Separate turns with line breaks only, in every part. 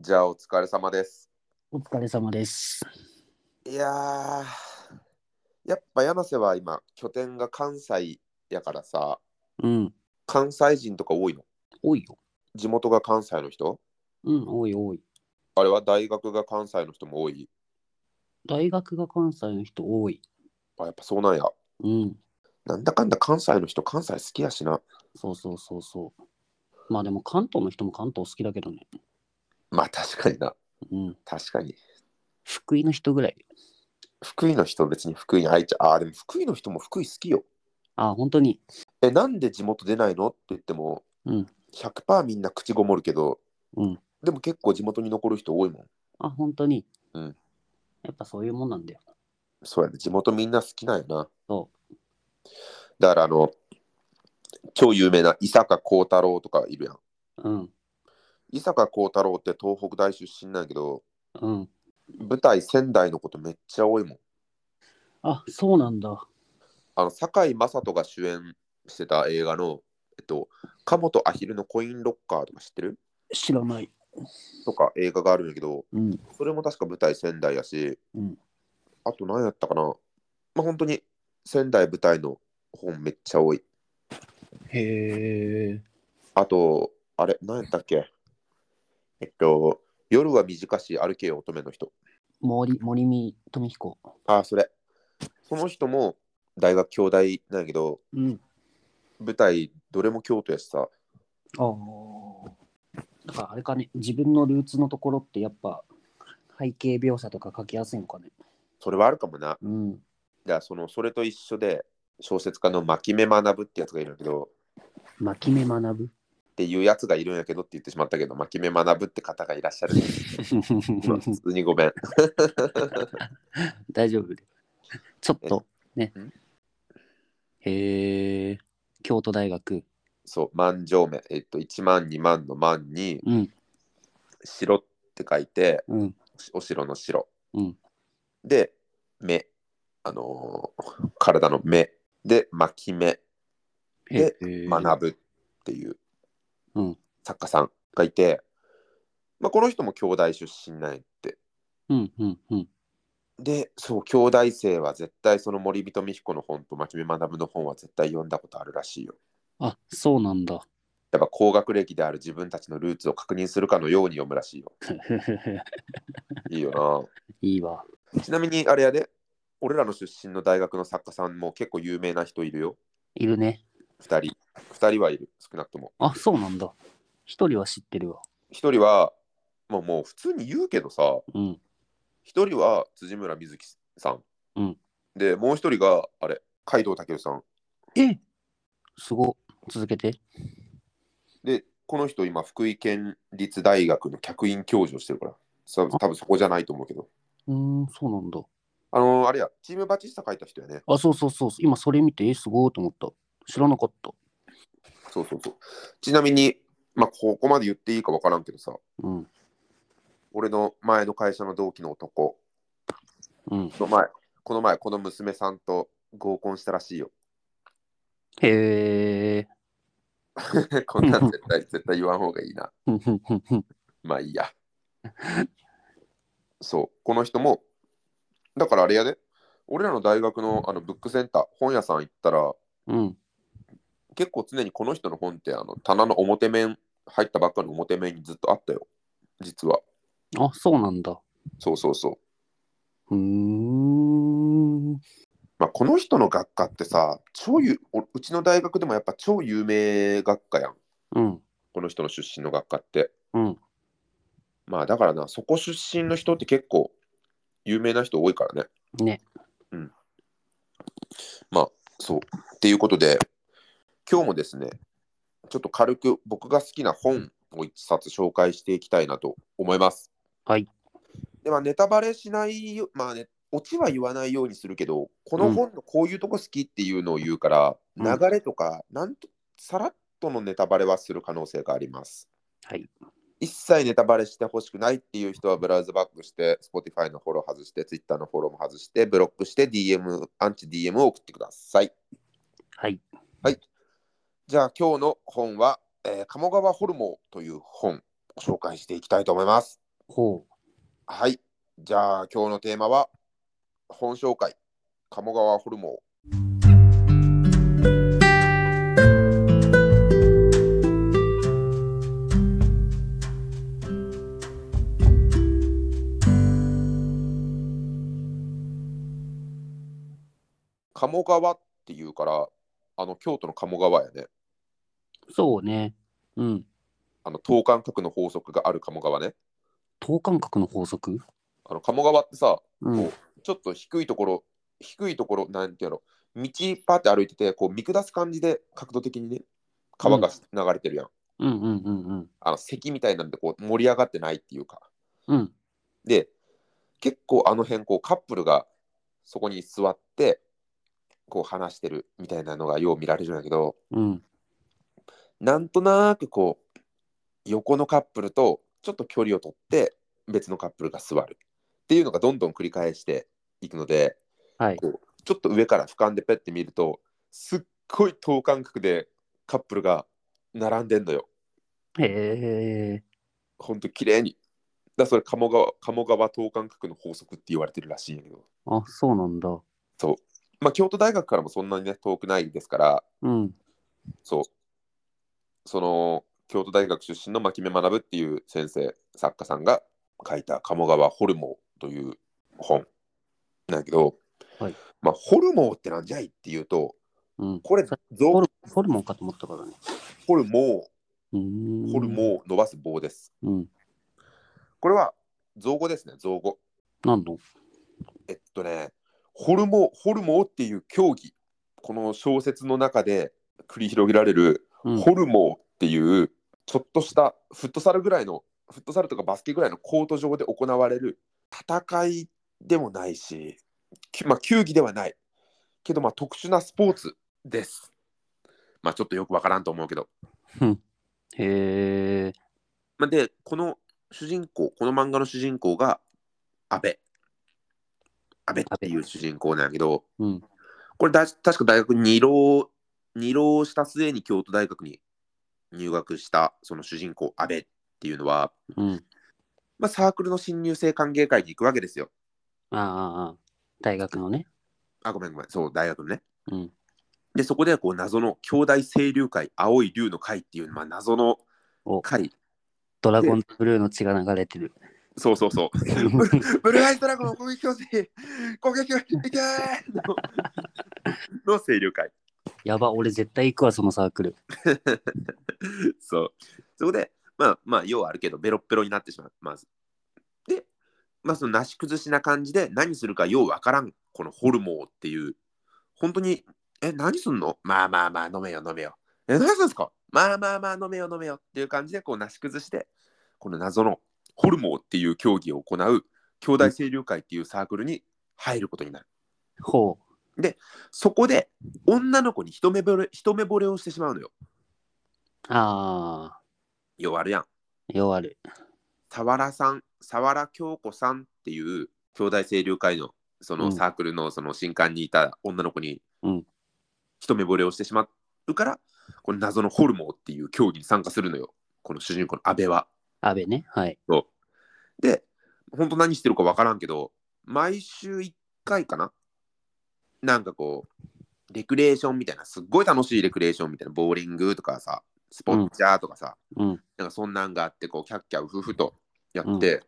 じゃあお疲れ様です。
お疲れ様です。
いやー、やっぱ柳瀬は今、拠点が関西やからさ、
うん。
関西人とか多いの
多いよ。
地元が関西の人
うん、多い多い。
あれは大学が関西の人も多い
大学が関西の人多い。
あ、やっぱそうなんや。
うん。
なんだかんだ関西の人、関西好きやしな。
そうそうそうそう。まあでも関東の人も関東好きだけどね。
まあ確かにな。
うん。
確かに。
福井の人ぐらい。
福井の人、別に福井に愛着、あー、でも福井の人も福井好きよ。
あ、本当に。
え、なんで地元出ないのって言っても、
うん
100%みんな口ごもるけど、
うん。
でも結構地元に残る人多いもん。
あ、本当に。
うん。
やっぱそういうもんなんだよ。
そうやね、地元みんな好きなんやな。
そ
だからあの、超有名な伊坂幸太郎とかいるやん。
う。うん。
伊坂幸太郎って東北大出身なんやけど、
うん。
舞台仙台のことめっちゃ多いもん。
あ、そうなんだ。
あの、堺雅人が主演してた映画の、えっと、鴨とアヒルのコインロッカーとか知ってる
知らない。
とか映画があるんやけど、
うん。
それも確か舞台仙台やし、
うん
あと何やったかな。まあ、本当に仙台舞台の本めっちゃ多い。
へえ。
あと、あれ、何やったっけえっと、夜は短し歩けよ乙女の人。
森、森見富彦。
ああ、それ。その人も大学京大なんやけど、
うん。
舞台どれも京都やしさ。
ああ。だからあれかね、自分のルーツのところってやっぱ背景描写とか書きやすいのかね。
それはあるかもな。
うん。
じゃあ、その、それと一緒で、小説家の巻目学ぶってやつがいるんやけど、
巻き目学ぶ。
っていうやつがいるんやけどって言ってしまったけど、巻目学ぶって方がいらっしゃる。今普通にごめん。
大丈夫で。ちょっとね
ん。
へえ。京都大学。
そう、万丈目。えっと、1万2万の万に、
うん。
城って書いて、
うん。
お城の城、
うん
で目あのー体の目で巻き目で
え
学ぶっていう
うん
作家さんがいて、まあ、この人も兄弟出身なんやって
うんうんうん。
でそう兄弟生は絶対その森人美彦の本と巻き目学ぶの本は絶対読んだことあるらしいよ
あ、そうなんだ。
やっぱ高学歴である自分たちのルーツを確認するかのように読むらしいよいいよ
いいわ。
なちなみにあれやで俺らの出身の大学の作家さんも結構有名な人いるよ
いるね。
2人2人はいる少なくとも
あ、そうなんだ。一人は知ってるわ。
1人は、まあ、もう普通に言うけどさ
うん。
1人は辻村瑞希さん、
うん
でもう1人があれ海堂健さん
えすご。続けて。
でこの人今福井県立大学の客員教授をしてるからさ多分そこじゃないと思うけど
うーん、そうなんだ。
あのーあれやチームバチスタ書いた人やね
あ、そうそうそう。今それ見て、え、すごいと思った。知らなかった。
そうそうそうちなみにまあここまで言っていいか分からんけどさ
うん。
俺の前の会社の同期の男
うん。
の前この前この娘さんと合コンしたらしいよ
へえ。
こんなん絶対絶対言わん方がいいな
ふんふんふんふん
まあいいや。そう、この人も、だからあれやで、俺らの大学のあのブックセンター、本屋さん行ったら、
うん。
結構常にこの人の本ってあの棚の表面、入ったばっかの表面にずっとあったよ、実は。
あ、そうなんだ。
そうそうそう。
うーん。
まあ、この人の学科ってさ超有お、うちの大学でもやっぱ超有名学科やん、
うん。
この人の出身の学科って。
うん。
まあだからな、そこ出身の人って結構有名な人多いからね。
ね。
うん。まあ、そう。っていうことで、今日もですね、ちょっと軽く僕が好きな本を一冊紹介していきたいなと思います。
はい。
では、ネタバレしないよ、まあね、オチは言わないようにするけど、こ
う
の
ん
本のこういうとこ好きっていうのを言うから、
うん
流れとか、なんと、さらっとのネタバレはする可能性があります。
はい。
一切ネタバレしてほしくないっていう人はブラウザバックして、Spotify のフォロー外して、Twitter のフォローも外して、ブロックして、DM、アンチ DM を送ってください。
はい。
じゃあ今日の本は、えー鴨川ホルモンという本を紹介していきたいと思います。
ほう。
はい。じゃあ、今日のテーマは、本紹介、鴨川ホルモン。鴨川っていうから、あの京都の鴨川やね。
そうね。うん。
あの等間隔の法則がある鴨川ね。
等間隔の法則
あの鴨川ってさ、
うん。
ちょっと低いところ、低いところ、なんていうの、道パーって歩いてて、こう見下す感じで角度的にね、川が流れてるやん。
うんうんうんうん。
あの堰みたいなんでこう盛り上がってないっていうか。
うん。
で、結構あの辺、こうカップルがそこに座って、こう話してるみたいなのがよう見られるんやけど、
うん。
なんとなくこう、横のカップルとちょっと距離を取って、別のカップルが座るっていうのがどんどん繰り返していくので、
はい。
こうちょっと上から俯瞰でペッて見るとすっごい等間隔でカップルが並んでんのよ
へえ。
ほんと綺麗にだからそれ鴨川鴨川等間隔の法則って言われてるらしいんやけど
あ、そうなんだ。
まあ京都大学からもそんなにね遠くないですから
うん。
そうその京都大学出身の牧目学っていう先生作家さんが書いた「鴨川ホルモー」という本なんやけど、
はい
まあホルモーってなんじゃいっていうと
うん。
これ臓
ホルホルモンかと思ったからね。
ホルモー
うーん。
ホルモンを伸ばす棒です。
うん。
これは造語ですね、造語。
何の
えっとね、ホルモン、ホルモンっていう競技、この小説の中で繰り広げられる、
うん。
ホルモンっていう、ちょっとしたフットサルぐらいの、フットサルとかバスケぐらいのコート上で行われる戦いでもないし、きまあ、球技ではない。けど、まあ、特殊なスポーツです。まあ、ちょっとよくわからんと思うけど。
へえ。
まあで、この主人公、この漫画の主人公が阿部。阿部っていう主人公なんやけど、
うん。
これだ確か大学に浪二浪した末に京都大学に入学したその主人公阿部っていうのは、
うん。
まあ、サークルの新入生歓迎会に行くわけですよ。
ああああ。大学のね。
あ、ごめんごめん、そう、大学のね。
うん。
で、そこでこう謎の兄弟清流会、青い龍の会っていう、まあ、謎の
お、
会。
ドラゴンブルーの血が流れ てる。
そうそうそう。ブルブルーアイスドラゴン攻撃強し攻撃をいけーのの清流会。
やば、俺絶対行くわ、そのサークル。
そう。そこで、まあまあ、要はあるけど、ベロッベロになってしまう、まず。で、まあ、そのなし崩しな感じで、何するかようわからん、このホルモンっていう、本当に、え、何すんのまあまあまあ、飲めよ飲めよ。え、何すんすかまあまあまあ、飲めよ飲めよっていう感じで、こう、なし崩して、この謎のホルモンっていう競技を行う、兄弟清流会っていうサークルに入ることになる。
ほ
そこで、女の子に一目ぼれ一目惚れをしてしまうのよ。
う。ああ。
要はあるやん。
弱る。
さわらさん、さわら京子さんっていう兄弟清流会のそうの
ん
サークルのその新刊にいた女の子に
うん
一目惚れをしてしまうから、この謎のホルモンっていう競技に参加するのよ。この主人公の阿部は。
安倍ね。はい。
で、本当何してるか分からんけど、毎週1回かななんかこう、レクレーションみたいな、すっごい楽しいレクレーションみたいな、ボーリングとかさ、スポッチャーとかさ、
うん。
なんかそんなんがあって、こう、キャッキャウフフとやって、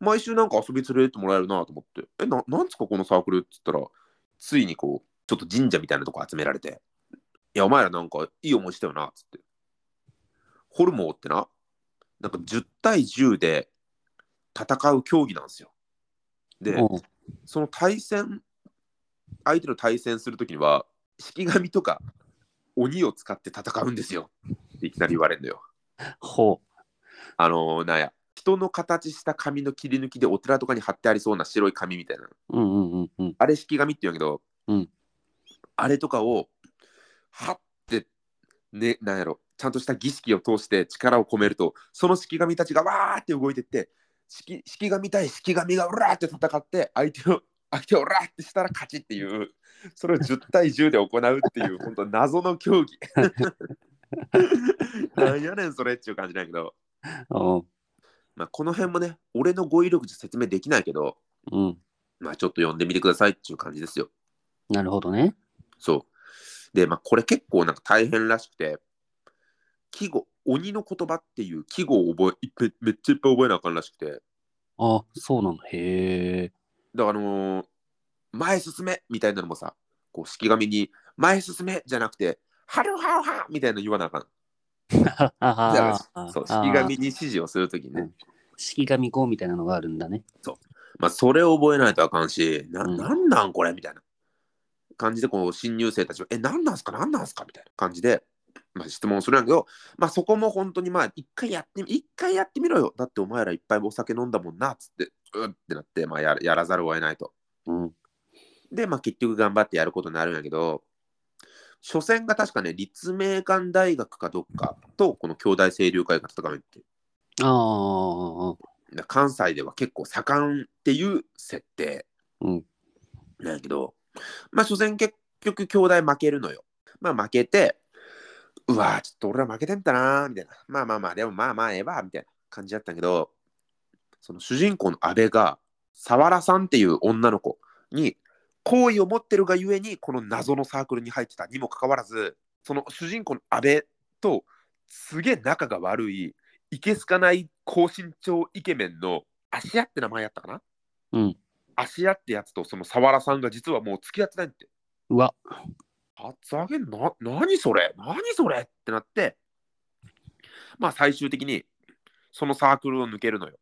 毎週なんか遊び連れてってもらえるなと思って、え、ななんつかこのサークルっつったら、ついにこう、ちょっと神社みたいなとこ集められて、いや、お前らなんかいい思いしたよな、つって。ホルモンってな、なんか10対10で戦う競技なんですよ。で、
おう
その対戦、相手と対戦するときには、式神とか鬼を使って戦うんですよ。っていきなり言われるのよ。
ほ
あのーなんや、人の形した紙の切り抜きでお寺とかに貼ってありそうな白い紙みたいな。
う。うんうんうんうん。
あれ、式紙って言うんやけど、
うん
あれとかを、はって、ね、なんやろ、ちゃんとした儀式を通して力を込めると、その式紙たちがわーって動いてって、式式紙対式紙がうらーって戦って、相手を、相手をうらーってしたら勝ちっていう、それを10対10で行うって いう、本当謎の競技。 なんやねん、それっていう感じなんやけど。
おう
まあ、この辺もね、俺の語彙力じゃ説明できないけど、
うん。
まあ、ちょっと読んでみてくださいっていう感じですよ。
なるほどね。
そう。で、まあ、これ結構なんか大変らしくて、季語、鬼の言葉っていう季語を覚えめ、めっちゃいっぱい覚えなあかんらしくて、
あ、そうなの。へえ。
だからあのー前進めみたいなのもさ、こう式紙に、前進めじゃなくて、はるはるはみたいなの言わなあかん。
はは
だか
は
らそう式紙に指示をするときにね、
式紙語みたいなのがあるんだね。
まあ、それを覚えないとあかんし、な
うん
なんなんこれみたいな感じで、こう新入生たちは、え、なんなんすか、なんなんすかみたいな感じで、まあ、質問するんやけど、まあ、そこも本当に、まあ、一回やってみ、一回やってみろよ。だってお前らいっぱいお酒飲んだもんな、つって、うっってなって、まあや、やらざるを得ないと。
うん。
で、まあ、結局頑張ってやることになるんやけど、初戦が確かね、立命館大学かどっかと、この兄弟清流会が戦うって、
ああ。
な関西では結構盛んっていう設定
うん。
なんやけど、まあ、所詮結局兄弟負けるのよ。まあ、負けて、うわーちょっと俺ら負けてんだなーみたいな。まあまあまあ、でもまあまあ、ええわ、みたいな感じだったけど、その主人公の阿部が、さわらさんっていう女の子に、好意を持ってるがゆえに、この謎のサークルに入ってたにもかかわらず、その主人公の阿部と、すげえ仲が悪い、いけすかない高身長イケメンの、芦屋って名前やったかな
うん。
芦屋ってやつとそのサワラさんが実はもう付き合ってないって。
うわ。
初上げな、何それ何それってなって、まあ最終的にそのサークルを抜けるのよ。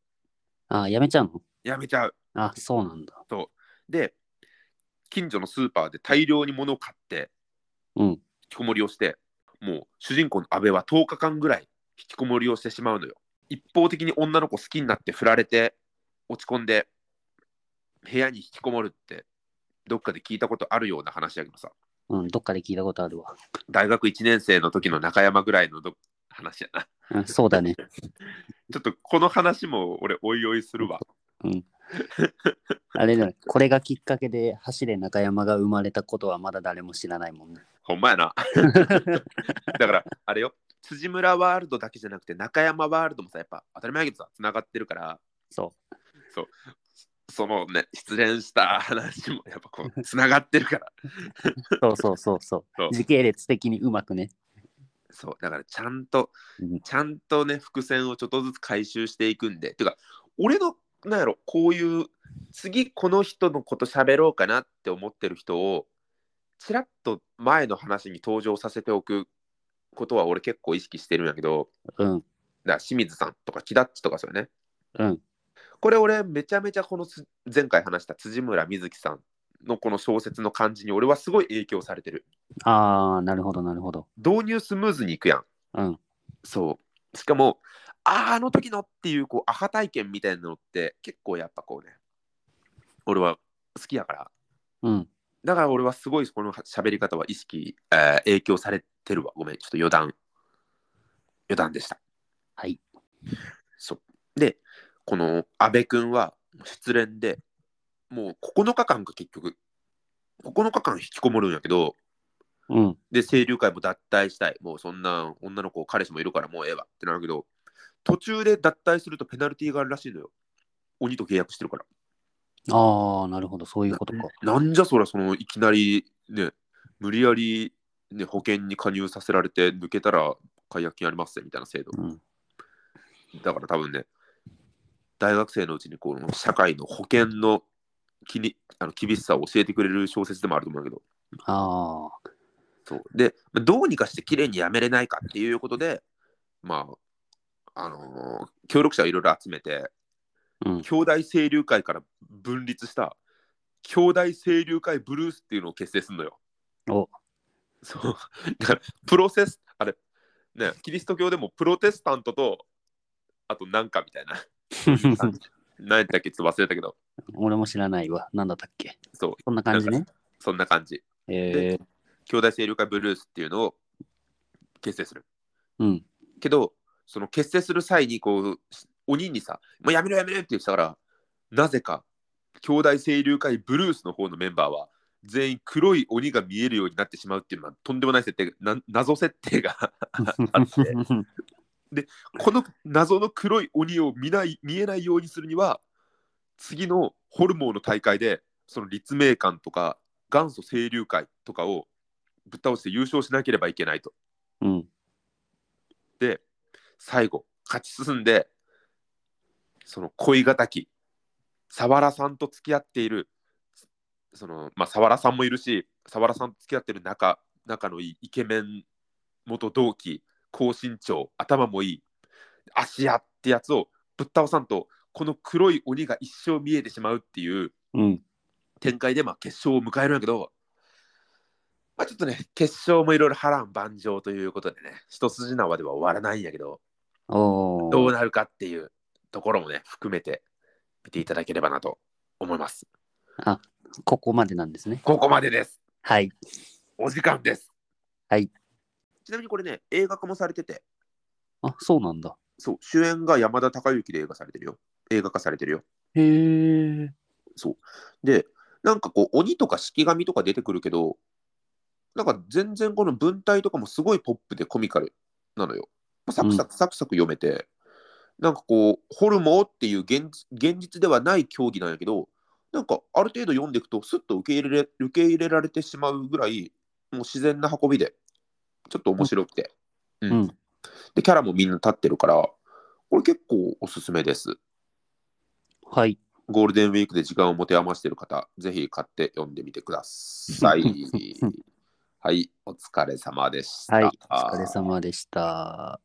あ、やめちゃうの
やめちゃう。
あ、そうなんだ。
で、近所のスーパーで大量に物を買って、
うん
引きこもりをして、もう主人公の阿部は10日間ぐらい引きこもりをしてしまうのよ。一方的に女の子好きになって振られて、落ち込んで、部屋に引きこもるって、どっかで聞いたことあるような話やけどさ。
うん。どっかで聞いたことあるわ。
大学1年生の時の中山ぐらいのど話やな。
うん、そうだね。
ちょっとこの話も俺おいおいするわ。
うん。あれだね。これがきっかけで走れ中山が生まれたことはまだ誰も知らないもんね。
ほんまや な。だからあれよ、辻村ワールドだけじゃなくて中山ワールドもさ、やっぱ当たり前やけどさ、つながってるから、
そ
そのね、失恋した話もやっぱこ う、つながってるから。
う。そうそうそうそう。
そう
時系列的にうまくね。
そう、だからちゃんと
うん、
ちゃんとね、伏線をちょっとずつ回収していくんで。てか、俺の、なんやろ、こういう、次この人のこと喋ろうかなって思ってる人を、ちらっと前の話に登場させておくことは俺結構意識してるんやけど、
うん。
だから清水さんとか木田っちとかそうよね。
うん。
これ俺めちゃめちゃこのつ前回話した辻村瑞希さんのこの小説の感じに俺はすごい影響されてる。
ああ、なるほど、なるほど。
導入スムーズにいくやん。
うん。
そう。しかも、あーあの時のっていうこうアハ体験みたいなのって結構やっぱこうね、俺は好きやから。
うん。
だから俺はすごいこの喋り方は意識、えー影響されてるわ。ごめん、ちょっと余談。余談でした。
はい。
そう。で、この阿部君は失恋で、もう9日間か結局、9日間引きこもるんやけど、
うん。
で、清流会も脱退したい。もうそんな女の子、彼氏もいるからもうええわってなるけど、途中で脱退するとペナルティーがあるらしいのよ。鬼と契約してるから。
ああ、なるほど、そういうことか。
なんじゃそら、そのいきなりね、無理やり、ね、保険に加入させられて抜けたら解約金ありますよみたいな制度。
うん。
だから多分ね、大学生のうちにこの社会の保険のきにあの厳しさを教えてくれる小説でもあると思うんだけど、
ああ、
そうでまあどうにかして綺麗にやめれないかっていうことで、まあ、あのー協力者をいろいろ集めて、
うん。
兄弟清流会から分立した、兄弟清流会ブルースっていうのを結成するのよ。
お
そう。だから、プロセス、あれ、ね、キリスト教でもプロテスタントと、あとなんかみたいな。 何やったっけちょっと忘れたけど、
俺も知らないわ。なんだったっけ
そう、
そんな感じね。
そんな感じ。
えー、
兄弟清流会ブルースっていうのを結成する。
うん。
けど、その結成する際に、こう、鬼にさ、もうやめろやめろって言ってたから、なぜか、兄弟清流会ブルースの方のメンバーは、全員黒い鬼が見えるようになってしまうっていうのはとんでもない設定がな謎設定があってでこの謎の黒い鬼を見ない見えないようにするには次のホルモンの大会でその立命館とか元祖清流会とかをぶっ倒して優勝しなければいけないと。
うん。
で最後勝ち進んでその恋敵サワラさんと付き合っているそのまあサワラさんもいるしサワラさんと付き合ってる仲仲のいいイケメン元同期高身長頭もいい芦屋ってやつをぶっ倒さんとこの黒い鬼が一生見えてしまうっていう
うん。
展開でまあ決勝を迎えるんやけど、まあ、ちょっとね決勝もいろいろ波乱万丈ということでね一筋縄では終わらないんやけど
お
どう
ー。
なるかっていうところもね、含めて見ていただければなと思います。
ここまでなんですね。
ここまでです。
はい。
お時間です。
はい。
ちなみにこれね、映画化もされてて、
あ、そうなんだ。
そう、主演が山田孝之で映画されてるよ。映画化されてるよ。
へえ。
で、なんかこう、鬼とか式神とか出てくるけど、なんか全然この文体とかもすごいポップでコミカルなのよ。まあサクサクサクサク読めて、なんかこう、ホルモンっていう現実現実ではない競技なんやけど、なんかある程度読んでいくと、すっと受け入れれ受け入れられてしまうぐらい、もう自然な運びで、ちょっと面白くて、うん
うん
で、キャラもみんな立ってるから、これ結構おすすめです。
はい。
ゴールデンウィークで時間を持て余している方、ぜひ買って読んでみてくださ い。はい、お疲れ様でした。
はい。お疲れ様でした。